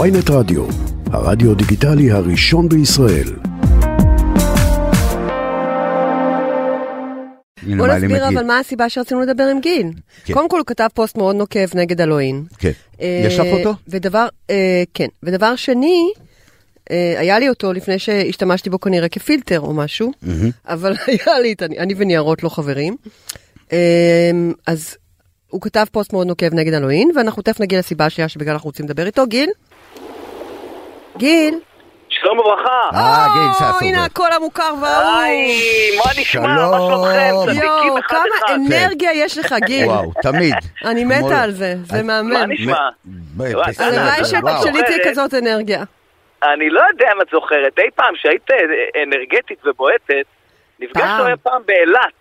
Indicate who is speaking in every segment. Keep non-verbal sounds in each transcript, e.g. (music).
Speaker 1: ויינט רדיו, הרדיו דיגיטלי הראשון בישראל.
Speaker 2: הנה,
Speaker 3: בוא
Speaker 2: מעלים את
Speaker 3: נסביר
Speaker 2: גיל.
Speaker 3: אבל מה הסיבה שרצינו לדבר עם גיל.
Speaker 2: כן.
Speaker 3: קודם כל הוא כתב פוסט מאוד נוקב נגד אלוהים.
Speaker 2: כן.
Speaker 3: אה,
Speaker 2: יש לך אותו?
Speaker 3: ודבר, אה, כן. ודבר שני, אה, היה לי אותו לפני שהשתמשתי בו כנראה כפילטר או משהו, אבל (laughs) היה לי את, אני- אני וניירות לא חברים. אה, אז הוא כתב פוסט מאוד נוקב נגד אלוהים, ואנחנו תכף נגיע לסיבה השנייה שבגלל אנחנו רוצים לדבר איתו. גיל? גיל?
Speaker 4: שלום וברכה.
Speaker 2: אה, גיל
Speaker 3: או, הנה
Speaker 2: ססובר.
Speaker 3: הקול המוכר
Speaker 4: היי,
Speaker 3: והאהוב.
Speaker 4: מה נשמע? מה
Speaker 2: שלום.
Speaker 4: שלומכם? צדיקים
Speaker 3: יואו,
Speaker 4: אחד
Speaker 3: כמה
Speaker 4: אחד.
Speaker 3: אנרגיה יש לך, גיל.
Speaker 2: וואו, תמיד.
Speaker 3: (laughs) אני
Speaker 2: כמו-
Speaker 3: מתה על זה, זה
Speaker 2: אז-
Speaker 3: מהמם.
Speaker 2: מ-
Speaker 4: נשמע?
Speaker 2: ב-
Speaker 4: הלוואי
Speaker 2: בסדר,
Speaker 3: הלוואי
Speaker 4: ש-
Speaker 2: וואו.
Speaker 3: שלי
Speaker 4: אה.
Speaker 3: תהיה כזאת אנרגיה.
Speaker 4: אני לא יודע אם את זוכרת, אי פעם שהיית אה, אנרגטית ובועטת, נפגשנו
Speaker 3: פעם.
Speaker 4: אי פעם באילת.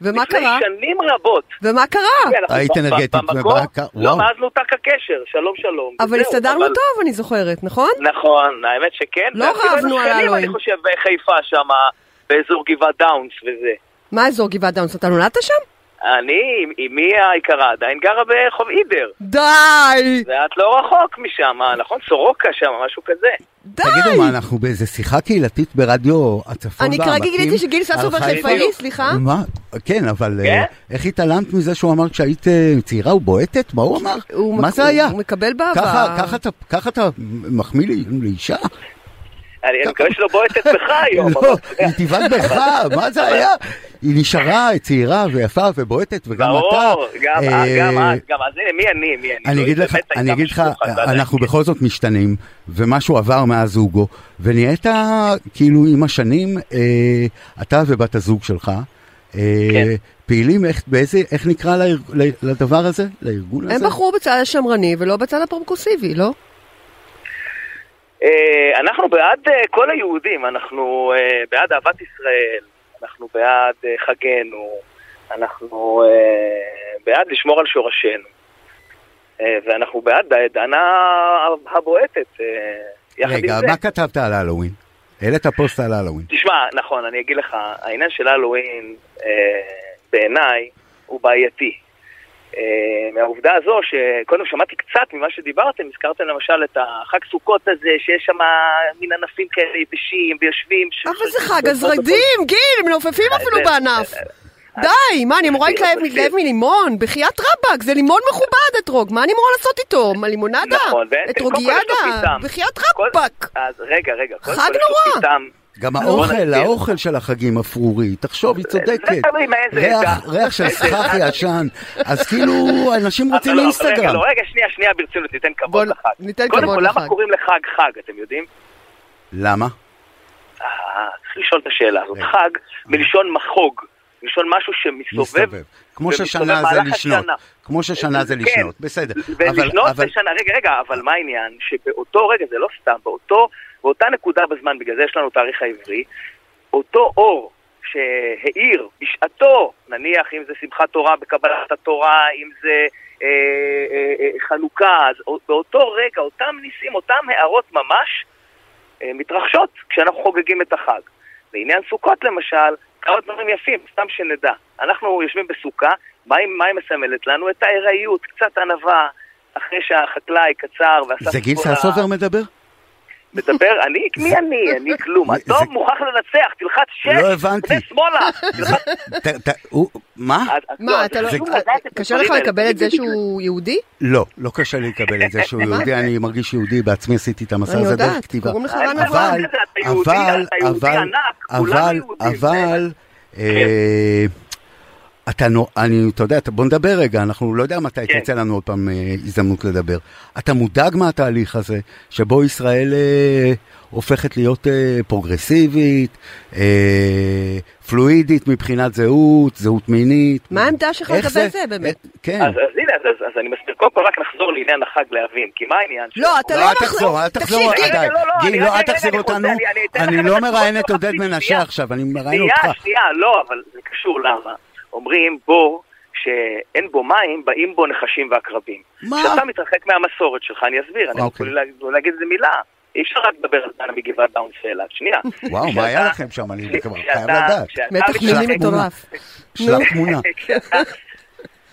Speaker 3: ומה קרה? אה.
Speaker 4: לפני כן, שנים רבות.
Speaker 3: ומה קרה?
Speaker 4: אנחנו
Speaker 2: היית
Speaker 4: ב- ב-
Speaker 2: אנרגטית
Speaker 4: במקור,
Speaker 2: ובא- כ-
Speaker 4: לא,
Speaker 2: וואו.
Speaker 4: מאז נותק הקשר, שלום שלום.
Speaker 3: אבל
Speaker 4: וזהו,
Speaker 3: הסתדרנו
Speaker 4: אבל-
Speaker 3: טוב, אני זוכרת, נכון?
Speaker 4: נכון, האמת שכן.
Speaker 3: לא
Speaker 4: ואפילו
Speaker 3: רבנו
Speaker 4: היינו
Speaker 3: על
Speaker 4: שכנים,
Speaker 3: האלוהים.
Speaker 4: אני חושב בחיפה שם, באזור גבעת דאונס וזה.
Speaker 3: מה אזור גבעת דאונס? אתה נולדת שם?
Speaker 4: אני, עם- אמי היקרה עדיין גרה ברחוב אידר.
Speaker 3: די!
Speaker 4: ואת לא רחוק משם, נכון? סורוקה שם, משהו כזה.
Speaker 3: די!
Speaker 2: תגידו מה, אנחנו באיזה שיחה קהילתית ברדיו הצפון
Speaker 3: אני
Speaker 2: והעמקים.
Speaker 3: כרגע גיליתי שגיל ססובר
Speaker 2: על חיפה.
Speaker 3: חיפאי, סליחה.
Speaker 2: מה? כן, אבל
Speaker 4: כן?
Speaker 2: אה, איך התעלמת מזה שהוא אמר כשהיית אה, צעירה ובועטת? מה הוא אמר?
Speaker 3: הוא
Speaker 2: מה
Speaker 3: מק-
Speaker 2: זה היה?
Speaker 3: הוא מקבל בעבר.
Speaker 2: ככה- ככה אתה- ככה אתה מחמיא לי- לאישה?
Speaker 4: אני אני מקווה שלא בועטת בך
Speaker 2: (laughs)
Speaker 4: היום.
Speaker 2: לא,
Speaker 4: אבל-
Speaker 2: היא תבעט בך, מה זה היה? היא נשארה צעירה ויפה ובועטת, וגם אתה.
Speaker 4: ברור, גם
Speaker 2: אה,
Speaker 4: גם את, לא גם אז הנה, מי אני, מי אני.
Speaker 2: אני אגיד לך,
Speaker 4: באמת הייתה
Speaker 2: אני אגיד לך,
Speaker 4: משלוחת, אתה יודע.
Speaker 2: אנחנו בכל זאת משתנים, ומשהו עבר מאז אוגו, ונהיית כאילו עם השנים, אה, אתה ובת הזוג שלך, אה,
Speaker 4: כן.
Speaker 2: פעילים, איך- באיזה, איך נקרא לארג- ל- לדבר הזה? לארגון הזה?
Speaker 3: הם בחרו בצד השמרני ולא בצד הפרוקוסיבי, לא?
Speaker 4: אה, אנחנו בעד אה, כל היהודים, אנחנו אה, בעד אהבת ישראל, אנחנו בעד אה, חגנו, אנחנו אה, בעד לשמור על שורשינו, אה, ואנחנו בעד העדנה הבועטת. אה, יחד
Speaker 2: רגע,
Speaker 4: עם זה.
Speaker 2: מה כתבת על הלואוין? העלית פוסט על הלואוין.
Speaker 4: תשמע, נכון, אני אגיד לך, העניין של הלואוין, אה, בעיניי, הוא בעייתי. אה, מהעובדה הזו, שקודם שמעתי קצת ממה שדיברתם, הזכרתם למשל את החג סוכות הזה, שיש שם מין ענפים כאלה יבשים ויושבים. ש-
Speaker 3: אבל זה חג הזרדים, גיל, הם מנופפים אפילו בענף. די, מה, אני אמורה להתלהב מתלהב מלימון? בחייאת רבאק, זה לימון מכובד, אתרוג. מה אני אמורה לעשות איתו? מה, לימונדה?
Speaker 4: נכון, ואין- קודם כל יש לו
Speaker 3: אתרוגיאדה?
Speaker 4: פיסם.
Speaker 3: בחייאת
Speaker 4: כל-
Speaker 3: רבאק.
Speaker 4: אז רגע, רגע. קודם
Speaker 3: חג
Speaker 4: כל יש לו
Speaker 3: נורא.
Speaker 4: פיתם.
Speaker 2: גם
Speaker 4: לא, בוא
Speaker 2: האוכל,
Speaker 4: נסביר.
Speaker 2: האוכל של החגים אפרורי, תחשוב, היא צודקת.
Speaker 4: לא תלוי מאיזה
Speaker 2: ריח,
Speaker 4: עדה.
Speaker 2: ריח של סכך ישן, אז כאילו, אנשים
Speaker 4: אבל
Speaker 2: רוצים
Speaker 4: לא, אבל רגע,
Speaker 2: אינסטגרם.
Speaker 4: לא, רגע, שנייה, שנייה, ברצינות, ניתן
Speaker 3: בוא
Speaker 4: כבוד לחג.
Speaker 3: ניתן
Speaker 4: קודם
Speaker 3: כבוד
Speaker 4: כל,
Speaker 3: לחג.
Speaker 4: למה קוראים לחג חג, אתם יודעים?
Speaker 2: למה?
Speaker 4: אה, צריך לשאול את השאלה הזאת.
Speaker 2: רגע.
Speaker 4: חג מלשון מחוג, מלשון משהו שמסתובב.
Speaker 2: כן. מסתובב. כמו
Speaker 4: ומסתובב
Speaker 2: ששנה זה
Speaker 4: במהלך
Speaker 2: לשנות.
Speaker 4: השנה.
Speaker 2: כמו ששנה זה
Speaker 4: כן.
Speaker 2: לשנות, בסדר. אבל-
Speaker 4: ולשנות
Speaker 2: אבל-
Speaker 4: בשנה, רגע, רגע, אבל מה העניין? שבאותו רגע, זה לא סתם, באותו, באותה נקודה בזמן, בגלל זה יש לנו תאריך העברי, אותו אור שהאיר בשעתו, נניח אם זה שמחת תורה בקבלת התורה, אם זה אה, אה, אה, חנוכה, אז באותו רגע, אותם ניסים, אותם הערות ממש, אה, מתרחשות כשאנחנו חוגגים את החג. לעניין סוכות למשל, כמה דברים יפים, סתם שנדע. אנחנו יושבים בסוכה, מה היא, מה היא מסמלת לנו? את הארעיות, קצת ענווה, אחרי שהחקלאי קצר ועשה...
Speaker 2: זה גיל
Speaker 4: את כל ה-
Speaker 2: ססובר מדבר?
Speaker 4: מדבר,
Speaker 2: (laughs)
Speaker 4: אני, מי אני? אני כלום.
Speaker 2: זה-
Speaker 4: הטוב
Speaker 2: זה-
Speaker 4: מוכרח לנצח, תלחץ שש,
Speaker 2: לא הבנתי.
Speaker 4: תלחץ
Speaker 3: (laughs)
Speaker 4: שמאלה. תלחץ-
Speaker 2: ת- ת- הוא- מה?
Speaker 4: אז- אז
Speaker 3: מה,
Speaker 4: אז
Speaker 3: אתה לא...
Speaker 4: חשוב
Speaker 3: אה,
Speaker 4: לדעת את
Speaker 3: קשה לך
Speaker 4: הדברים האלה,
Speaker 3: לקבל את זה
Speaker 4: בדיוק.
Speaker 3: שהוא יהודי?
Speaker 2: לא, לא קשה לי לקבל את זה שהוא
Speaker 3: (laughs) מה?
Speaker 2: יהודי, אני מרגיש יהודי, בעצמי עשיתי את המסע
Speaker 3: אני
Speaker 2: הזה דרך
Speaker 3: יודעת,
Speaker 2: כתיבה.
Speaker 3: קוראים לך
Speaker 4: אבל-
Speaker 3: רן אברהם.
Speaker 2: אבל,
Speaker 4: אתה יהודי,
Speaker 2: אבל,
Speaker 4: אתה יהודי
Speaker 2: אבל,
Speaker 4: ענק, כולנו
Speaker 2: אבל, אבל,
Speaker 4: יהודים.
Speaker 2: אה, אתה, נו- אני, אתה יודע, אתה- בוא נדבר רגע, אנחנו לא יודע מתי
Speaker 4: כן.
Speaker 2: תצא לנו עוד פעם אה, הזדמנות לדבר. אתה מודאג מהתהליך הזה, שבו ישראל אה, הופכת להיות אה, פרוגרסיבית, אה, פלואידית מבחינת זהות, זהות מינית.
Speaker 3: מה העמדה שלך
Speaker 2: איך
Speaker 3: לגבי זה באמת?
Speaker 2: אה, כן.
Speaker 4: אז אז הנה, אז- אז- אז אני מסביר. קודם כל רק נחזור לעניין החג להבין, כי מה העניין?
Speaker 3: לא, אתה לא
Speaker 2: אל
Speaker 3: מחזיר-
Speaker 2: תחזור, אל תחזור,
Speaker 3: תקשיב,
Speaker 2: אתה
Speaker 3: גיל,
Speaker 2: די.
Speaker 4: לא, לא, לא,
Speaker 2: גיל,
Speaker 4: אני-
Speaker 2: לא, אל
Speaker 4: אני-
Speaker 2: תחזיר
Speaker 4: אני רוצה,
Speaker 2: אותנו.
Speaker 4: אני- אני אתן
Speaker 2: אני
Speaker 4: לכם
Speaker 2: לא
Speaker 4: את
Speaker 2: מראיין את
Speaker 4: הסוף,
Speaker 2: עודד
Speaker 4: חצי
Speaker 2: מנשה
Speaker 4: שנייה.
Speaker 2: עכשיו, אני מראיין
Speaker 4: שנייה,
Speaker 2: אותך.
Speaker 4: שנייה, לא, אבל זה קשור למה. אומרים בור שאין בו מים, באים בו נחשים ועקרבים.
Speaker 2: מה?
Speaker 4: כשאתה מתרחק מהמסורת שלך, אני אסביר, אני
Speaker 2: אוקיי.
Speaker 4: יכול להגיד- להגיד איזה מילה. אי אפשר רק לדבר על דנה מגבעת דאון שאלה. שנייה.
Speaker 2: (laughs) וואו, מה היה לכם שם? אני כבר חייב לדעת.
Speaker 3: מתח מילים
Speaker 2: שלח תמונה.
Speaker 3: (laughs) מטורף.
Speaker 2: שלח תמונה.
Speaker 4: כשאתה-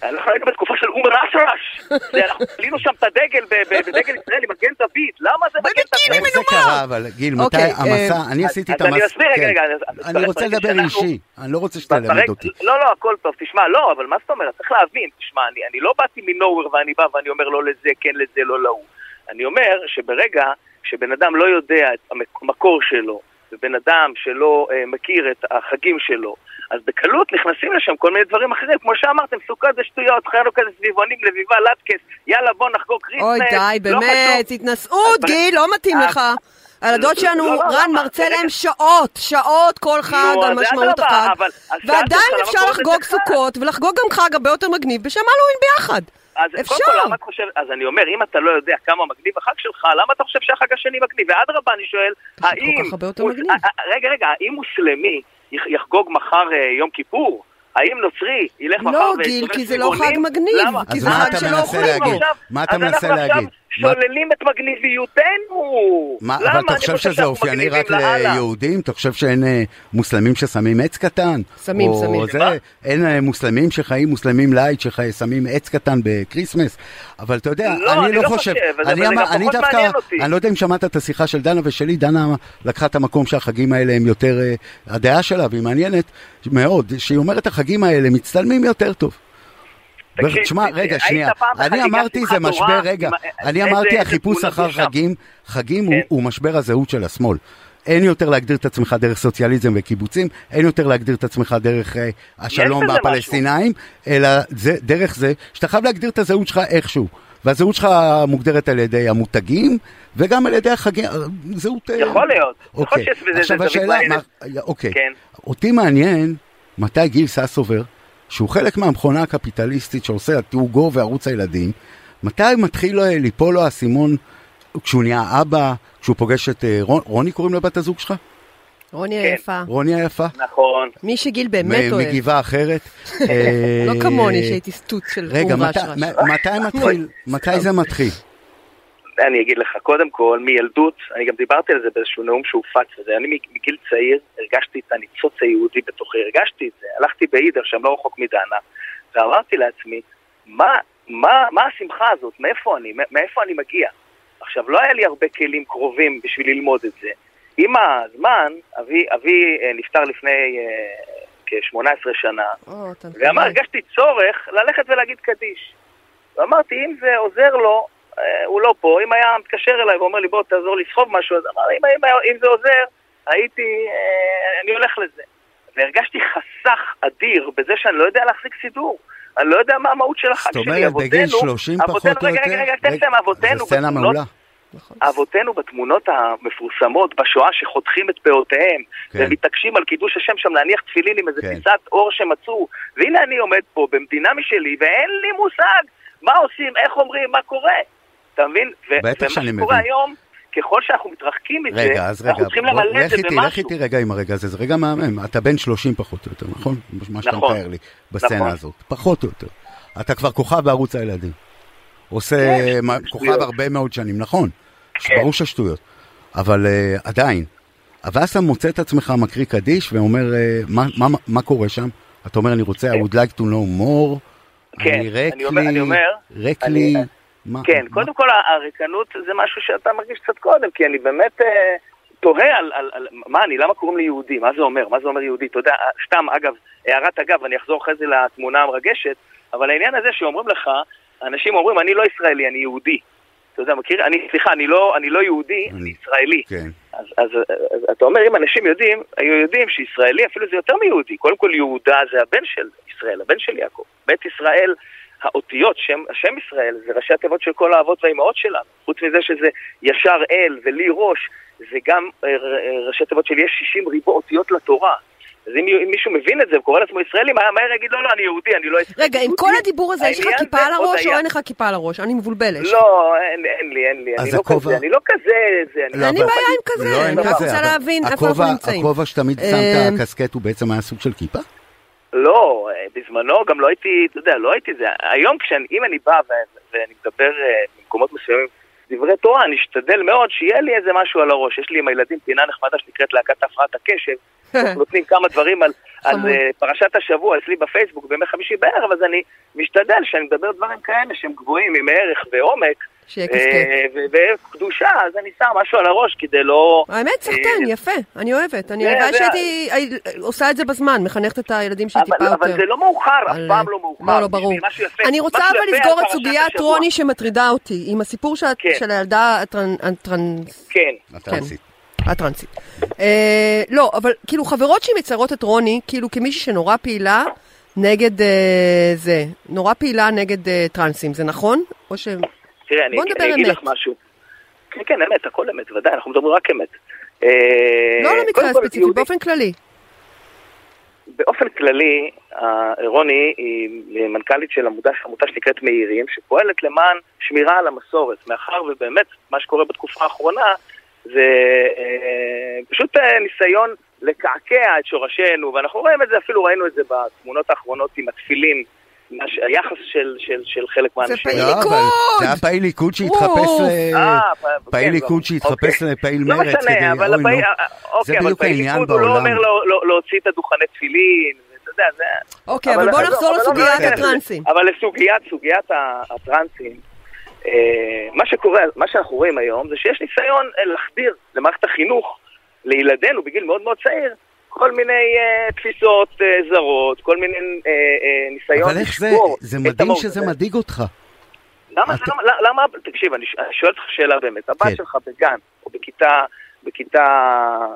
Speaker 4: אנחנו היינו לא בתקופה של אום רשרש, אנחנו תלינו שם את הדגל ב- ב- בדגל ישראל עם מגן דוד, למה זה מגן
Speaker 3: בביקיני
Speaker 4: דוד?
Speaker 2: איך זה
Speaker 3: מנומר.
Speaker 2: קרה, אבל גיל, מתי
Speaker 3: אוקיי,
Speaker 2: המסע,
Speaker 3: אה,
Speaker 2: אני
Speaker 4: אז-
Speaker 2: עשיתי
Speaker 4: אז
Speaker 2: את המסע,
Speaker 4: אני אסביר רגע,
Speaker 2: כן.
Speaker 4: רגע, אז- אז
Speaker 2: אני
Speaker 4: צריך
Speaker 2: רוצה
Speaker 4: להגיד
Speaker 2: לדבר
Speaker 4: שאנחנו-
Speaker 2: אישי, אני לא רוצה שתלמד
Speaker 4: ברק-
Speaker 2: אותי.
Speaker 4: לא, לא, הכל טוב, תשמע, לא, אבל מה זאת אומרת, צריך להבין, תשמע, אני, אני לא באתי מנוהוור ואני בא ואני אומר לא לזה, כן לזה, לא להוא. אני אומר שברגע שבן אדם לא יודע את המק- המקור שלו, ובן אדם שלא אה, מכיר את החגים שלו, אז בקלות נכנסים לשם כל מיני דברים אחרים, כמו שאמרתם, סוכה זה שטויות, חנוכה זה סביבונים, לביבה, לטקס, יאללה בוא נחגוג
Speaker 3: אוי,
Speaker 4: כריסמס,
Speaker 3: די,
Speaker 4: לא חשוב.
Speaker 3: באמת, התנשאות,
Speaker 4: אבל-
Speaker 3: גיל, לא מתאים
Speaker 4: אז- אה,
Speaker 3: לך. הילדות
Speaker 4: לא,
Speaker 3: שלנו,
Speaker 4: לא, לא,
Speaker 3: רן
Speaker 4: למה?
Speaker 3: מרצה
Speaker 4: רגע.
Speaker 3: להם שעות, שעות כל חג
Speaker 4: נו,
Speaker 3: על
Speaker 4: אז
Speaker 3: משמעות
Speaker 4: אדרבה,
Speaker 3: החג.
Speaker 4: אבל- אז שאלתי
Speaker 3: ועדיין
Speaker 4: אותך, למה
Speaker 3: אפשר
Speaker 4: קוראים לזה
Speaker 3: לחגוג
Speaker 4: חג?
Speaker 3: סוכות ולחגוג גם חג הרבה יותר מגניב בשם הלואוין ביחד.
Speaker 4: אז אפשר. קודם כל,
Speaker 3: אפשר.
Speaker 4: למה את חושבת, אז אני אומר, אם אתה לא יודע כמה מגניב החג שלך, למה אתה חושב שהחג השני מגניב? ואדרבה, אני שואל,
Speaker 3: כל כך
Speaker 4: האם...
Speaker 3: הרבה יותר
Speaker 4: מוס-
Speaker 3: מגניב.
Speaker 4: אה, אה, רגע, רגע, האם מוסלמי יח- יחגוג מחר אה, יום כיפור? האם נוצרי ילך
Speaker 3: לא,
Speaker 4: מחר ויסתובב
Speaker 3: גיל, כי זה לא
Speaker 4: סביבונים?
Speaker 3: חג מגניב,
Speaker 4: למה?
Speaker 3: כי
Speaker 2: אז זה מה חג אתה שלא מנסה אוכלים להגיד? אותו.
Speaker 4: עכשיו-
Speaker 2: מה אתה
Speaker 4: אז אנחנו
Speaker 2: מנסה
Speaker 4: עכשיו
Speaker 2: להגיד?
Speaker 4: שוללים את מגניביותנו.
Speaker 2: מה,
Speaker 4: למה?
Speaker 2: אבל אתה
Speaker 4: אני
Speaker 2: חושב
Speaker 4: חושב
Speaker 2: שזה
Speaker 4: שאנחנו
Speaker 2: אופייני
Speaker 4: מגניבים
Speaker 2: רק
Speaker 4: לאללה.
Speaker 2: ליהודים? אתה חושב שאין אה, מוסלמים ששמים עץ קטן?
Speaker 3: שמים,
Speaker 2: או
Speaker 3: שמים.
Speaker 2: זה,
Speaker 4: מה?
Speaker 2: אין אה, מוסלמים שחיים, מוסלמים לייט ששמים עץ קטן בקריסמס? אבל אתה יודע,
Speaker 4: לא,
Speaker 2: אני
Speaker 4: אני
Speaker 2: לא
Speaker 4: לא
Speaker 2: חושב.
Speaker 4: חושב, אבל
Speaker 2: אני
Speaker 4: זה גם
Speaker 2: אמר- אני
Speaker 4: פחות
Speaker 2: דווקא-
Speaker 4: מעניין אותי.
Speaker 2: אני לא יודע אם שמעת את השיחה של דנה ושלי, דנה לקחה את המקום שהחגים האלה הם יותר, אה, הדעה שלה, והיא מעניינת מאוד, שהיא אומרת החגים האלה מצטלמים יותר טוב.
Speaker 4: תקשיב,
Speaker 2: תשמע,
Speaker 4: היית
Speaker 2: רגע,
Speaker 4: פעם
Speaker 2: שנייה.
Speaker 4: בחגיגת
Speaker 2: אני אמרתי
Speaker 4: שמחת
Speaker 2: זה
Speaker 4: תורה
Speaker 2: משבר, רגע.
Speaker 4: עם ה-
Speaker 2: אני
Speaker 4: איזה-
Speaker 2: אמרתי
Speaker 4: איזה
Speaker 2: החפוש
Speaker 4: תמונות
Speaker 2: אחר
Speaker 4: יש שם.
Speaker 2: חגים, חגים הוא-
Speaker 4: כן.
Speaker 2: הוא משבר הזהות של השמאל. אין יותר להגדיר את עצמך דרך סוציאליזם וקיבוצים, אין יותר להגדיר את עצמך דרך אה, השלום
Speaker 4: בזה
Speaker 2: והפלסטינאים, אלא זה, דרך זה שאתה חייב להגדיר את הזהות שלך איכשהו. והזהות שלך מוגדרת על ידי המותגים, וגם על ידי החגים, זהות... אה,
Speaker 4: יכול להיות. יכול
Speaker 2: אוקיי.
Speaker 4: להיות שזה- זה
Speaker 2: עכשיו
Speaker 4: זווית
Speaker 2: השאלה,
Speaker 4: מעניינת.
Speaker 2: מה- אוקיי.
Speaker 4: כן.
Speaker 2: אותי מעניין מתי גיל ססובר, שהוא חלק מהמכונה הקפיטליסטית שעושה את יוגו וערוץ הילדים, מתי מתחיל לו- ליפול לו האסימון כשהוא נהיה אבא, כשהוא פוגש את אה, רון, רוני קוראים לבת הזוג שלך?
Speaker 3: רוני
Speaker 4: כן.
Speaker 3: היפה,
Speaker 2: רוני היפה?
Speaker 4: נכון.
Speaker 3: מי שגיל אה. באמת
Speaker 2: מ-
Speaker 3: אוהב.
Speaker 2: מגבעה אחרת. אה,
Speaker 3: (laughs) לא כמוני שהייתי סטוט של
Speaker 2: רגע,
Speaker 3: אום
Speaker 2: מתי-
Speaker 3: רשרש.
Speaker 2: מ-
Speaker 4: (laughs)
Speaker 2: מתי מתחיל, מתי זה מתחיל?
Speaker 4: אני אגיד לך, קודם כל, מילדות, אני גם דיברתי על זה באיזשהו נאום שהופץ, וזה, אני מגיל צעיר הרגשתי את הניצוץ היהודי בתוכי, הרגשתי את זה, הלכתי בעידר שם לא רחוק מדנה, ואמרתי לעצמי, מה, מה, מה השמחה הזאת, מאיפה אני, מא- מאיפה אני מגיע? עכשיו, לא היה לי הרבה כלים קרובים בשביל ללמוד את זה. עם הזמן, אבי, אבי אה, נפטר לפני אה, כ-18 שנה,
Speaker 3: או, אה, אתה מבין.
Speaker 4: ואמר, הרגשתי צורך ללכת ולהגיד קדיש. ואמרתי, אם זה עוזר לו, אה, הוא לא פה, אם היה מתקשר אליי ואומר לי, בוא תעזור לי לסחוב משהו, אז אמר, אם, אם, אם זה עוזר, הייתי, אה, אני הולך לזה. והרגשתי חסך אדיר בזה שאני לא יודע להחזיק סידור. אני לא יודע מה המהות של החג
Speaker 2: זאת
Speaker 4: שלי.
Speaker 2: אומרת, בגיל
Speaker 4: אבותינו-
Speaker 2: 30
Speaker 4: אבותינו-
Speaker 2: פחות או יותר?
Speaker 4: רגע, רגע, רגע, תן
Speaker 2: רגע,
Speaker 4: להם, אבותינו לא-
Speaker 2: זו סצנה
Speaker 4: בתמונות
Speaker 2: מעולה.
Speaker 3: נכון.
Speaker 4: אבותינו בתמונות המפורסמות בשואה שחותכים את פאותיהם
Speaker 2: כן.
Speaker 4: כן. ומתעקשים על קידוש השם שם להניח תפילין עם איזה
Speaker 2: כן.
Speaker 4: כן. פיסת אור שמצאו והנה אני עומד פה במדינה משלי ואין לי מושג מה עושים, איך אומרים, מה קורה אתה מבין? ו-
Speaker 2: בטח שאני
Speaker 4: ומה שקורה
Speaker 2: מבין.
Speaker 4: היום, ככל שאנחנו מתרחקים מזה,
Speaker 2: רגע, אז רגע,
Speaker 4: אנחנו צריכים למלא את
Speaker 2: לך
Speaker 4: זה
Speaker 2: איתי, לך
Speaker 4: במשהו
Speaker 2: איתי רגע עם הרגע הזה, זה רגע מהמם, אתה בן 30 פחות או יותר, נכון? מה שאתה
Speaker 4: נכון.
Speaker 2: מתאר לי, בסצנה
Speaker 4: נכון.
Speaker 2: הזאת, פחות או יותר. אתה כבר כוכב בערוץ הילדים. עושה
Speaker 4: כן,
Speaker 2: מה-
Speaker 4: שטויות. כן.
Speaker 2: כוכב הרבה מאוד שנים, נכון? ברור שהשטויות, אבל אה, עדיין. אבל אז אתה מוצא את עצמך מקריא קדיש ואומר, אה, מה- מה- מה קורה שם? אתה אומר, אני רוצה, I would like to know more,
Speaker 4: כן,
Speaker 2: אני ריק
Speaker 4: אני אומר- אני
Speaker 2: לי,
Speaker 4: אומר,
Speaker 2: ריק
Speaker 4: אני-
Speaker 2: לי, מה-
Speaker 4: כן,
Speaker 2: מה-
Speaker 4: קודם כל הריקנות זה משהו שאתה מרגיש קצת קודם, כי אני באמת אה, תוהה על, על, על מה אני, למה קוראים לי יהודי, מה זה אומר, מה זה אומר יהודי, אתה יודע, סתם, אגב, הערת אגב, אני אחזור אחרי זה לתמונה המרגשת, אבל העניין הזה שאומרים לך, אנשים אומרים, אני לא ישראלי, אני יהודי. אתה יודע, מכיר? אני, סליחה, אני לא, אני לא יהודי,
Speaker 2: אני-
Speaker 4: אני ישראלי.
Speaker 2: כן.
Speaker 4: אז, אז, אז אתה אומר, אם אנשים יודעים, היו יודעים שישראלי אפילו זה יותר מיהודי. קודם כל יהודה זה הבן של ישראל, הבן של יעקב. בית ישראל, האותיות, שם, השם ישראל, זה ראשי התיבות של כל האבות והאימהות שלנו. חוץ מזה שזה ישר אל ולי ראש, זה גם אה, ר- אה, ראשי תיבות של יש 60 ריבו אותיות לתורה. אז אם, אם מישהו מבין את זה וקורא לעצמו ישראלי, מה- מהר יגיד, לא, לא, אני יהודי, אני לא ישראלי.
Speaker 3: רגע, עם כל הדיבור הזה, יש לך
Speaker 4: העניין
Speaker 3: כיפה
Speaker 4: זה
Speaker 3: על
Speaker 4: עוד
Speaker 3: הראש או
Speaker 4: היה.
Speaker 3: אין לך כיפה על הראש? אני מבולבלת.
Speaker 4: לא, אין, אין לי, אין לי,
Speaker 2: אז
Speaker 4: אני לא
Speaker 2: הכובע-
Speaker 4: כזה, אני לא כזה, זה,
Speaker 2: לא,
Speaker 3: אין לי
Speaker 2: אבל-
Speaker 3: בעיה עם כזה,
Speaker 2: לא, אין
Speaker 4: אני רק
Speaker 2: כזה,
Speaker 3: רוצה
Speaker 2: אבל
Speaker 3: להבין איפה
Speaker 2: הכובע-
Speaker 3: אנחנו נמצאים.
Speaker 2: הכובע שאתה תמיד
Speaker 3: אה,
Speaker 2: שמת, הקסקט, הוא בעצם היה סוג של כיפה?
Speaker 4: לא, אה, בזמנו גם לא הייתי, אתה יודע, לא הייתי זה. היום כשאני, אם אני בא ו- ואני מדבר אה, במקומות מסוימים, דברי תורה, אני אשתדל מאוד שיהיה לי איזה משהו על הראש. יש לי עם הילדים פינה נחמדה שנקראת להקת הפרעת הקשב. אנחנו נותנים כמה דברים על, על
Speaker 3: חמוד.
Speaker 4: אה, פרשת השבוע אצלי בפייסבוק בימי חמישי בערב, אז אני משתדל שאני מדבר דברים כאלה שהם גבוהים עם ערך ועומק.
Speaker 3: שיהיה קשקש.
Speaker 4: אה, ו- וקדושה, אז אני שם משהו על הראש כדי לא...
Speaker 3: האמת, סחטיין,
Speaker 4: אה,
Speaker 3: יפה, אני אוהבת. אני
Speaker 4: זה-
Speaker 3: הלוואי
Speaker 4: זה-
Speaker 3: שהייתי הי- עושה את זה בזמן, מחנכת את הילדים שלי טיפה
Speaker 4: אבל,
Speaker 3: יותר.
Speaker 4: אבל זה לא מאוחר, אף
Speaker 3: על-
Speaker 4: פעם לא מאוחר.
Speaker 3: לא, לא,
Speaker 4: בשביל
Speaker 3: ברור.
Speaker 4: משהו יפה-
Speaker 3: אני רוצה
Speaker 4: משהו
Speaker 3: אבל
Speaker 4: יפה
Speaker 3: לסגור
Speaker 4: על
Speaker 3: את
Speaker 4: פרשת
Speaker 3: סוגיית
Speaker 4: השבוע.
Speaker 3: רוני שמטרידה אותי, עם הסיפור של-
Speaker 4: כן.
Speaker 3: של הילדה הטרנ- הטרנס...
Speaker 4: כן.
Speaker 2: אתה
Speaker 3: כן.
Speaker 2: עשית.
Speaker 3: הטרנסית. אה, לא, אבל כאילו חברות שהיא מציירות את רוני, כאילו כמישהי שנורא פעילה נגד אה, זה, נורא פעילה נגד אה, טרנסים, זה נכון? או
Speaker 4: אה,
Speaker 3: ש...
Speaker 4: תראה, אני
Speaker 3: בוא
Speaker 4: אגיד-
Speaker 3: נדבר
Speaker 4: אני אגיד
Speaker 3: אמת.
Speaker 4: לך משהו. כן, כן, אמת, הכל אמת, ודאי, אנחנו מדברים רק אמת. אה,
Speaker 3: לא
Speaker 4: קודם
Speaker 3: למקרה
Speaker 4: כל,
Speaker 3: הספציפי,
Speaker 4: יהודי-
Speaker 3: באופן כללי.
Speaker 4: באופן כללי, אה, רוני היא מנכ"לית של עמודה- עמותה שנקראת מאירים, שפועלת למען שמירה על המסורת, מאחר ובאמת מה שקורה בתקופה האחרונה זה אה, פשוט אה, ניסיון לקעקע את שורשינו, ואנחנו רואים את זה, אפילו ראינו את זה בתמונות האחרונות עם התפילין, מה ש- היחס של, של, של חלק מהאנשים.
Speaker 3: פעיל
Speaker 2: לא, אבל
Speaker 3: ליכוד!
Speaker 2: זה היה פעיל ליכוד שהתחפש
Speaker 3: וואו.
Speaker 2: ל...
Speaker 4: אה, פ-
Speaker 2: פעיל
Speaker 4: כן,
Speaker 2: ליכוד
Speaker 4: אבל- אוקיי.
Speaker 2: שהתחפש לפעיל
Speaker 4: לא
Speaker 2: מרץ כדי...
Speaker 4: משנה, אבל
Speaker 2: אוי,
Speaker 4: הפעיל-
Speaker 2: נו.
Speaker 4: אה, אה, אוקיי, אבל
Speaker 2: בדיוק
Speaker 4: פעיל
Speaker 2: העניין
Speaker 4: ליכוד הוא לא
Speaker 2: בעולם.
Speaker 4: אומר לא- לא- להוציא את הדוכני תפילין, אתה יודע, זה...
Speaker 3: אוקיי, אבל בואו
Speaker 4: עזוב,
Speaker 3: נחזור
Speaker 4: אבל לא
Speaker 3: לסוגיית
Speaker 4: ניכנס לזה.
Speaker 3: הטרנסים.
Speaker 4: אבל לסוגיית, סוגיית ה- הטרנסים, אה, מה שקורה, מה שאנחנו רואים היום זה שיש ניסיון אה, להחדיר למערכת החינוך, לילדינו בגיל מאוד מאוד צעיר, כל מיני אה, תפיסות אה, זרות, כל מיני אה, אה, ניסיון
Speaker 2: אבל איך זה,
Speaker 4: לשבור
Speaker 2: זה
Speaker 4: את
Speaker 2: מדהים
Speaker 4: המהות.
Speaker 2: שזה מדאיג אותך.
Speaker 4: למה,
Speaker 2: אתה-
Speaker 4: אתה... למה, למה, תקשיב, אני, ש- אני שואל אותך שאלה באמת, הבת
Speaker 2: כן.
Speaker 4: שלך בגן, או בכיתה, בכיתה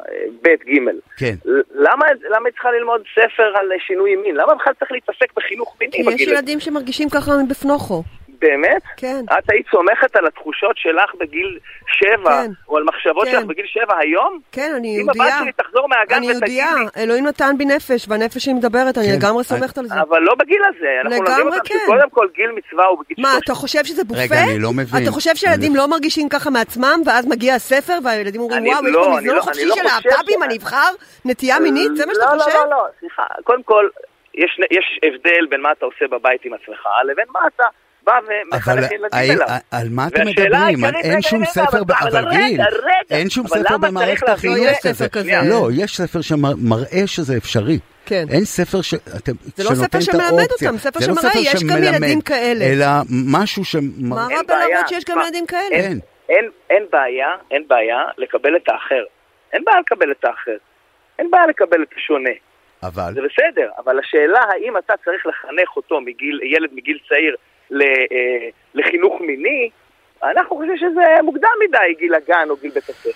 Speaker 4: אה, ב' ג',
Speaker 2: כן.
Speaker 4: למה, למה היא צריכה ללמוד ספר על אה, שינוי מין? למה בכלל צריך להתעסק בחינוך מיני
Speaker 3: כי
Speaker 4: בגיל
Speaker 3: יש
Speaker 4: הזה?
Speaker 3: ילדים שמרגישים ככה בפנוכו,
Speaker 4: באמת?
Speaker 3: כן.
Speaker 4: את היית סומכת על התחושות שלך בגיל שבע,
Speaker 3: כן.
Speaker 4: או על מחשבות
Speaker 3: כן.
Speaker 4: שלך בגיל שבע היום?
Speaker 3: כן, אני
Speaker 4: אם הבת
Speaker 3: יהודייה.
Speaker 4: שלי תחזור מהגן
Speaker 3: אני
Speaker 4: ותגיד
Speaker 3: יהודייה,
Speaker 4: לי,
Speaker 3: אלוהים נתן בי נפש, והנפש שלי מדברת, אני
Speaker 2: כן,
Speaker 3: לגמרי
Speaker 2: אני-
Speaker 3: סומכת על זה.
Speaker 4: אבל לא בגיל הזה, אנחנו
Speaker 3: לגמרי
Speaker 4: לומדים אותם
Speaker 3: כן.
Speaker 4: שקודם כל גיל מצווה הוא בגיל
Speaker 3: מה,
Speaker 4: שלוש.
Speaker 3: אתה חושב שזה בופה?
Speaker 2: רגע, אני לא מבין.
Speaker 3: אתה חושב שילדים
Speaker 2: אני-
Speaker 3: לא מרגישים ככה מעצמם, ואז מגיע הספר, והילדים אומרים,
Speaker 4: אני-
Speaker 3: וואו, יש
Speaker 4: לא,
Speaker 3: פה
Speaker 4: אני
Speaker 3: מזנון
Speaker 4: לא-
Speaker 3: חופשי
Speaker 4: אני לא
Speaker 3: של
Speaker 4: חושב
Speaker 3: להט"בים,
Speaker 4: ש-
Speaker 3: אני אבחר נטייה מינית? זה מה שאתה
Speaker 4: לא,
Speaker 3: חושב?
Speaker 4: לא, לא, לא, סליחה. קודם כל, יש, שני- יש הבדל בין מה אתה עושה בבית עם עצמך, לבין מה אתה בא
Speaker 2: אבל
Speaker 4: ומחנך ילדים
Speaker 2: האם-
Speaker 4: אליו.
Speaker 2: על מה אתם
Speaker 4: והשאלה
Speaker 2: מדברים?
Speaker 4: העיקרית-
Speaker 2: אין
Speaker 4: רגע,
Speaker 2: שום
Speaker 4: רגע,
Speaker 2: ספר,
Speaker 4: אבל-
Speaker 2: ב- אבל
Speaker 4: רגע,
Speaker 2: גיל,
Speaker 4: רגע,
Speaker 2: אין שום
Speaker 4: אבל
Speaker 2: ספר
Speaker 4: למה צריך
Speaker 2: במערכת
Speaker 4: להביא-
Speaker 3: לא,
Speaker 2: החינוך
Speaker 3: יש ספר
Speaker 2: כזה.
Speaker 3: כזה.
Speaker 2: לא, יש ספר שמראה שזה אפשרי.
Speaker 3: כן.
Speaker 2: אין ספר ש... אתם,
Speaker 3: זה לא
Speaker 2: שנותן
Speaker 3: ספר
Speaker 2: את
Speaker 3: שמלמד
Speaker 2: האופציה.
Speaker 3: אותם, ספר
Speaker 2: זה לא
Speaker 3: שמראה,
Speaker 2: ספר
Speaker 3: יש גם
Speaker 2: שמלמד,
Speaker 3: ילדים כאלה.
Speaker 2: אלא משהו כן, שמראה...
Speaker 3: מה
Speaker 4: אין
Speaker 3: רע
Speaker 4: בעיה.
Speaker 3: בלמוד שיש גם
Speaker 4: מה-
Speaker 3: ילדים כאלה?
Speaker 2: אין.
Speaker 4: אין, אין בעיה, אין בעיה לקבל את האחר. אין בעיה לקבל את האחר. אין בעיה לקבל את השונה.
Speaker 2: אבל...
Speaker 4: זה בסדר, אבל השאלה האם אתה צריך לחנך אותו, מגיל, ילד מגיל צעיר, ל, אה, לחינוך מיני, אנחנו חושבים שזה מוקדם מדי, גיל הגן או גיל בית הספר.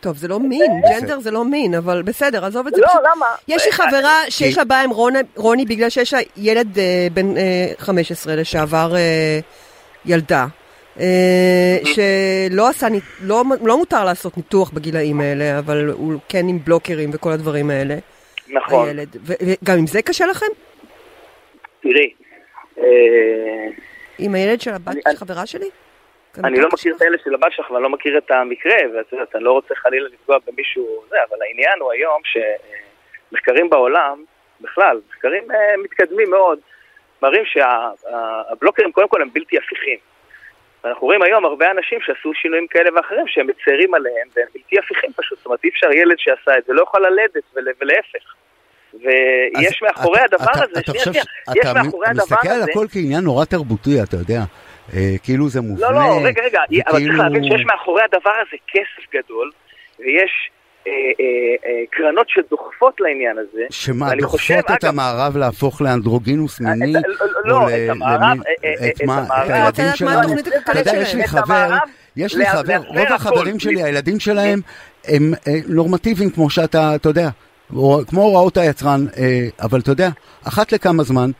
Speaker 3: טוב, זה לא מין, ג'נדר זה לא מין, אבל בסדר, עזוב את זה.
Speaker 4: לא,
Speaker 3: פשוט-
Speaker 4: למה?
Speaker 3: יש לי חברה שיש לה בעיה עם רוני- רוני בגלל שיש לה ילד אה, בן אה, 15 לשעבר אה, ילדה, אה, שלא עשה, נית- לא מ- לא מותר לעשות ניתוח בגילאים האלה, אבל הוא כן עם בלוקרים וכל הדברים האלה,
Speaker 4: נכון.
Speaker 3: הילד. ו- וגם עם זה קשה לכם?
Speaker 4: תראי, אה,
Speaker 3: עם הילד של הבת
Speaker 4: אני-
Speaker 3: של
Speaker 4: אני-
Speaker 3: חברה שלי? גם
Speaker 4: אני
Speaker 3: כן
Speaker 4: לא
Speaker 3: קשה
Speaker 4: מכיר את
Speaker 3: לכם?
Speaker 4: האלה של הבת שלך, ואני לא מכיר את המקרה, ואת יודעת, אני לא רוצה חלילה לפגוע במישהו, זה, אבל העניין הוא היום שמחקרים בעולם, בכלל, מחקרים אה, מתקדמים מאוד, מראים שהבלוקרים קודם כל הם בלתי הפיכים. ואנחנו רואים היום הרבה אנשים שעשו שינויים כאלה ואחרים שהם מצרים עליהם והם בלתי הפיכים פשוט, זאת אומרת אי אפשר ילד שעשה את זה לא יכול ללדת ול- ולהפך. ויש
Speaker 2: אז
Speaker 4: לא- מאחורי
Speaker 2: אתה-
Speaker 4: הדבר
Speaker 2: אתה-
Speaker 4: הזה,
Speaker 2: אתה
Speaker 4: שנייה,
Speaker 2: חושב
Speaker 4: שנייה,
Speaker 2: ש-
Speaker 4: יש
Speaker 2: אתה
Speaker 4: מאחורי
Speaker 2: מ-
Speaker 4: הדבר
Speaker 2: מסתכל על
Speaker 4: הזה,
Speaker 2: הכל כעניין נורא תרבותי, אתה יודע. אה, כאילו זה מובנה.
Speaker 4: לא, לא, רגע, רגע, אבל צריך
Speaker 2: וכאילו-
Speaker 4: להבין שיש מאחורי הדבר הזה כסף גדול, ויש אה, אה, אה, קרנות שדוחפות לעניין הזה. אה,
Speaker 2: שמה,
Speaker 4: ואני חושב,
Speaker 2: דוחפות את
Speaker 4: אגב,
Speaker 2: המערב להפוך לאנדרוגינוס מיני?
Speaker 4: את ה- לא, לא,
Speaker 2: או
Speaker 4: את
Speaker 2: ל-
Speaker 4: המערב,
Speaker 2: למין-
Speaker 4: אה, אה, אה,
Speaker 2: את
Speaker 4: את
Speaker 2: מה,
Speaker 4: המערב.
Speaker 2: את
Speaker 4: אני
Speaker 3: רוצה
Speaker 2: הילדים
Speaker 3: לדעת מה
Speaker 2: שלנו?
Speaker 3: התוכנית הכלכלית
Speaker 2: אתה יודע, יש לי
Speaker 4: שלהם.
Speaker 2: חבר,
Speaker 4: את המערב
Speaker 2: יש לי
Speaker 4: לה-
Speaker 2: חבר,
Speaker 4: להפר
Speaker 2: רוב החברים
Speaker 4: הכל.
Speaker 2: שלי, הילדים שלהם, הם אה, נורמטיביים כמו שאתה, אתה יודע, או- כמו הוראות היצרן, אה, אבל אתה יודע, אחת לכמה זמן,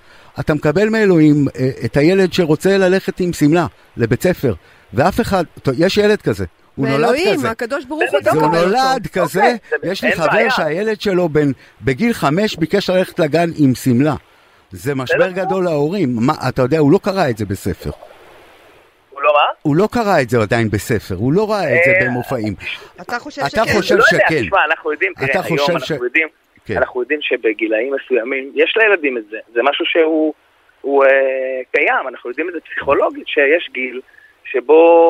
Speaker 2: אתה מקבל מאלוהים אה, את הילד שרוצה ללכת עם שמלה לבית ספר, ואף אחד, טוב, יש ילד כזה, הוא נולד
Speaker 3: ואלוהים,
Speaker 2: כזה.
Speaker 3: הקדוש ברוך הוא
Speaker 4: זה
Speaker 3: גם
Speaker 2: זה
Speaker 4: לא
Speaker 2: הוא
Speaker 3: קבע אותו.
Speaker 2: נולד כזה,
Speaker 4: אוקיי, זה-
Speaker 2: יש לי
Speaker 4: אין
Speaker 2: חבר
Speaker 4: בעיה.
Speaker 2: שהילד שלו בן- בגיל חמש ביקש ללכת לגן עם שמלה. זה משבר
Speaker 4: בסדר.
Speaker 2: גדול להורים, מה, אתה יודע, הוא לא קרא את זה בספר.
Speaker 4: הוא לא מה?
Speaker 2: הוא לא קרא את זה עדיין בספר, הוא לא ראה את
Speaker 4: אה,
Speaker 2: זה במופעים.
Speaker 3: אתה חושב
Speaker 2: אתה
Speaker 3: שכן.
Speaker 2: חושב
Speaker 4: לא
Speaker 2: שכן.
Speaker 4: יודע, תשמע, אנחנו יודעים,
Speaker 2: אתה
Speaker 4: תראה,
Speaker 2: חושב
Speaker 4: היום
Speaker 2: ש-
Speaker 4: אנחנו יודעים,
Speaker 2: כן.
Speaker 4: אנחנו יודעים שבגילאים מסוימים יש לילדים את זה, זה משהו שהוא הוא, אה, קיים, אנחנו יודעים את זה פסיכולוגית, שיש גיל שבו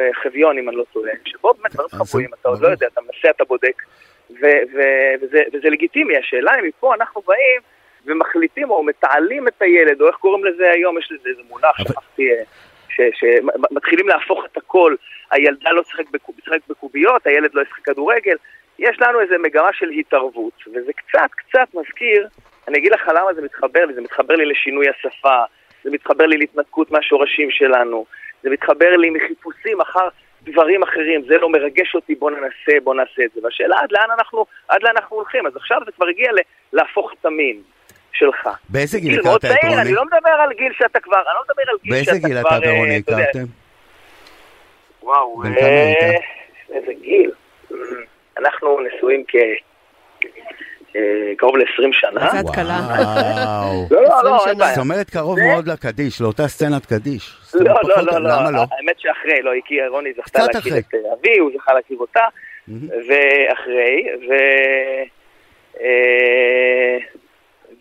Speaker 4: אה, חביון, אם אני לא טועה, שבו באמת דברים
Speaker 2: אז
Speaker 4: חבויים,
Speaker 2: אה, זה-
Speaker 4: אתה עוד לא
Speaker 2: ברור.
Speaker 4: יודע, אתה מנסה, אתה בודק, ו- ו- וזה- וזה לגיטימי. השאלה אם מפה אנחנו באים ומחליטים או מתעלים את הילד, או איך קוראים לזה היום, יש לזה איזה מונח, אה,
Speaker 2: אבל-
Speaker 4: שכחתי, שמתחילים להפוך את הכל, הילדה לא תשחק בקוב- תשחק בקוביות, הילד לא ישחק כדורגל. יש לנו איזה מגמה של התערבות, וזה קצת קצת מזכיר, אני אגיד לך למה זה מתחבר לי, זה מתחבר לי לשינוי השפה, זה מתחבר לי להתנתקות מהשורשים שלנו, זה מתחבר לי מחיפושים אחר דברים אחרים, זה לא מרגש אותי, בוא ננסה, בוא נעשה את זה. והשאלה עד לאן אנחנו, עד לאן אנחנו הולכים, אז עכשיו זה כבר הגיע ל- להפוך את המין שלך.
Speaker 2: באיזה גיל
Speaker 4: מאוד
Speaker 2: הכרת את
Speaker 4: צעיר,
Speaker 2: רוני?
Speaker 4: אני לא מדבר על גיל שאתה כבר, אני לא מדבר על גיל שאתה
Speaker 2: באיזה
Speaker 4: כבר,
Speaker 2: גיל הכרת
Speaker 4: אה,
Speaker 2: רוני?
Speaker 4: אתה יודע,
Speaker 2: הכרתם?
Speaker 4: וואו,
Speaker 2: בן כמה
Speaker 4: אה,
Speaker 2: היית?
Speaker 4: איזה גיל. Mm, אנחנו נשואים כ... אה, קרוב ל-20 שנה.
Speaker 3: קצת קלה.
Speaker 4: (laughs)
Speaker 2: וואו.
Speaker 4: לא, לא,
Speaker 3: 20
Speaker 4: לא, אין
Speaker 3: שנה.
Speaker 4: בעיה.
Speaker 2: זאת אומרת קרוב
Speaker 4: זה-
Speaker 2: מאוד לקדיש, לאותה סצנת קדיש. זאת
Speaker 4: לא,
Speaker 2: אומרת,
Speaker 4: לא,
Speaker 2: פחות-
Speaker 4: לא, לא,
Speaker 2: למה לא?
Speaker 4: האמת שאחרי, לא, היא כי רוני זכתה
Speaker 2: קצת
Speaker 4: להכיר
Speaker 2: אחרי.
Speaker 4: את אה, אבי, הוא זכה להכיר אותה,
Speaker 2: מהמם.
Speaker 4: ואחרי, ו... אה,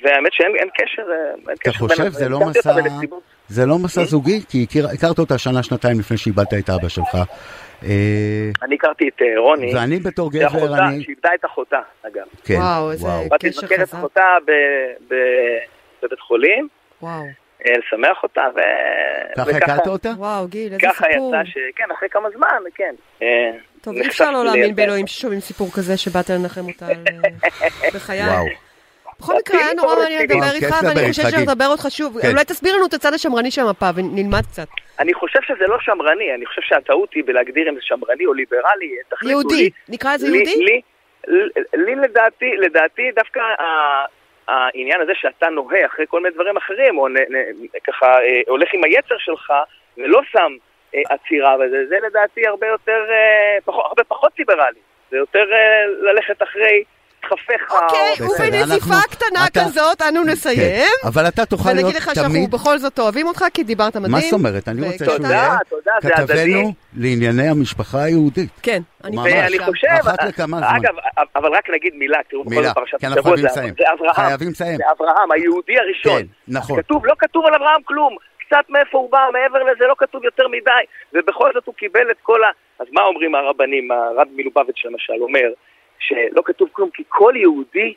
Speaker 4: והאמת שאין אין קשר, אה, אין
Speaker 2: אתה
Speaker 4: קשר
Speaker 2: חושב
Speaker 4: בין-
Speaker 2: זה לא
Speaker 4: הכרתי אותה
Speaker 2: מסע-
Speaker 4: בנסיבות-
Speaker 2: זה לא מסע זוגי, כי הכיר- הכרת אותה שנה, שנתיים לפני שאיבדת את אבא שלך. אה,
Speaker 4: אני הכרתי את אה, רוני,
Speaker 2: ואני בתור
Speaker 4: שאחותה-
Speaker 2: גבר, אני...
Speaker 4: שאיבדה את אחותה, אגב.
Speaker 2: כן,
Speaker 3: וואו, איזה-
Speaker 4: באתי
Speaker 3: קשר
Speaker 4: לבקר את
Speaker 3: חזק.
Speaker 4: אחותה ב- ב- בבית חולים,
Speaker 3: וואו,
Speaker 4: אה, לשמח אותה, ו...
Speaker 2: ככה
Speaker 4: וככה-
Speaker 2: הכרת אותה?
Speaker 3: וואו, גיל, איזה
Speaker 4: ככה
Speaker 3: סיפור.
Speaker 4: יצא ש... כן, אחרי כמה זמן, כן. אה,
Speaker 3: טוב, אי
Speaker 4: נחשפתי
Speaker 3: אפשר לא
Speaker 4: לילדה.
Speaker 3: להאמין באלוהים ששומעים סיפור כזה שבאת לנחם אותה על- בחיי.
Speaker 2: וואו.
Speaker 3: בכל מקרה, היה נורא מעניין
Speaker 4: רציני.
Speaker 3: לדבר
Speaker 2: אה,
Speaker 3: איתך,
Speaker 2: כיף לדבר
Speaker 3: ואני
Speaker 2: איתך,
Speaker 3: חושבת
Speaker 2: גיל.
Speaker 3: שנדבר אותך שוב.
Speaker 2: כן.
Speaker 3: אולי תסביר לנו את הצד השמרני של המפה ונלמד קצת.
Speaker 4: אני חושב שזה לא שמרני, אני חושב שהטעות היא בלהגדיר אם זה שמרני או ליברלי, תחליטו
Speaker 3: יהודי, נקרא לזה
Speaker 4: לי,
Speaker 3: יהודי?
Speaker 4: לי, לי, לי לדעתי, לדעתי דווקא ה- העניין הזה שאתה נוהה אחרי כל מיני דברים אחרים, או נ, נ, ככה אה, הולך עם היצר שלך ולא שם אה, עצירה וזה, זה לדעתי הרבה יותר, אה, פחות, הרבה פחות ליברלי, זה יותר אה, ללכת אחרי דחפיך.
Speaker 3: אוקיי,
Speaker 2: בסדר,
Speaker 3: ובנזיפה
Speaker 2: אנחנו-
Speaker 3: קטנה
Speaker 2: אתה-
Speaker 3: כזאת אנו נסיים.
Speaker 2: כן, אבל אתה תוכל להיות
Speaker 3: ונגיד לך שאנחנו
Speaker 2: תמיד...
Speaker 3: בכל זאת אוהבים אותך, כי דיברת מדהים.
Speaker 2: מה זאת אומרת? אני
Speaker 3: ו-
Speaker 2: רוצה שהוא
Speaker 4: תודה,
Speaker 2: יהיה
Speaker 4: תודה, זה הדדי.
Speaker 2: כתבנו לענייני המשפחה היהודית.
Speaker 3: כן, אני
Speaker 2: ממש.
Speaker 3: חושבת
Speaker 4: ואני
Speaker 3: שם.
Speaker 4: חושב,
Speaker 2: אחת לכמה זמן.
Speaker 4: אגב, אבל רק נגיד מילה, תראו, בכל
Speaker 2: מילה,
Speaker 4: זאת פרשת
Speaker 2: כי אנחנו
Speaker 4: השבוע,
Speaker 2: חייבים
Speaker 4: זה
Speaker 2: לסיים.
Speaker 4: זה אברהם,
Speaker 2: חייבים לסיים.
Speaker 4: זה אברהם, היהודי הראשון.
Speaker 2: כן, נכון.
Speaker 4: כתוב, לא כתוב על אברהם כלום, קצת מאיפה הוא בא, מעבר לזה לא כתוב יותר מדי, ובכל זאת הוא קיבל את כל ה... אז מה אומרים הרבנים, הרב מלובביץ' למשל אומר, שלא כתוב כלום, כי כל יהודי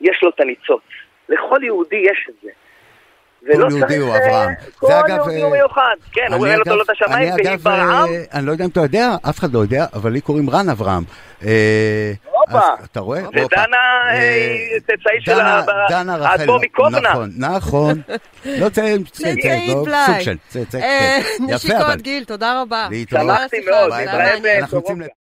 Speaker 4: יש לו את הניצוץ. לכל יהודי יש את זה. ולא
Speaker 2: יהודי
Speaker 4: צריך,
Speaker 2: הוא
Speaker 4: אה,
Speaker 2: אברהם.
Speaker 4: כל
Speaker 2: זה אגב,
Speaker 4: יהודי הוא
Speaker 2: אה,
Speaker 4: מיוחד. כן, הוא
Speaker 2: אני
Speaker 4: העלה אותו
Speaker 2: אגב-
Speaker 4: לו את השמיים,
Speaker 2: אני
Speaker 4: והיא
Speaker 2: אגב, אה,
Speaker 4: ברעם.
Speaker 2: אני לא יודע אם אתה יודע, אף אחד לא יודע, אבל לי קוראים רן אברהם. אה,
Speaker 4: הופה.
Speaker 2: אז אתה רואה?
Speaker 4: ודנה,
Speaker 2: הופה.
Speaker 4: אה,
Speaker 2: אה,
Speaker 4: צאצאי של
Speaker 2: דנה-
Speaker 4: ה-
Speaker 2: דנה רחל.
Speaker 4: האדמו"ר מקובנה.
Speaker 2: נכון, נכון. לא צאצאים,
Speaker 3: צאצאית
Speaker 2: לא,
Speaker 3: בלאי.
Speaker 2: סוג של צאצאי.
Speaker 3: אה,
Speaker 2: כן. יפה, אבל.
Speaker 3: נשיקות, אה, גיל, תודה רבה.
Speaker 2: להתראות.
Speaker 3: תודה על
Speaker 4: שמחתי
Speaker 3: השיחה,
Speaker 4: מאוד,
Speaker 3: זה היה
Speaker 4: להתראה
Speaker 3: מעניין.
Speaker 2: אנחנו יוצאים
Speaker 4: בסורוקה.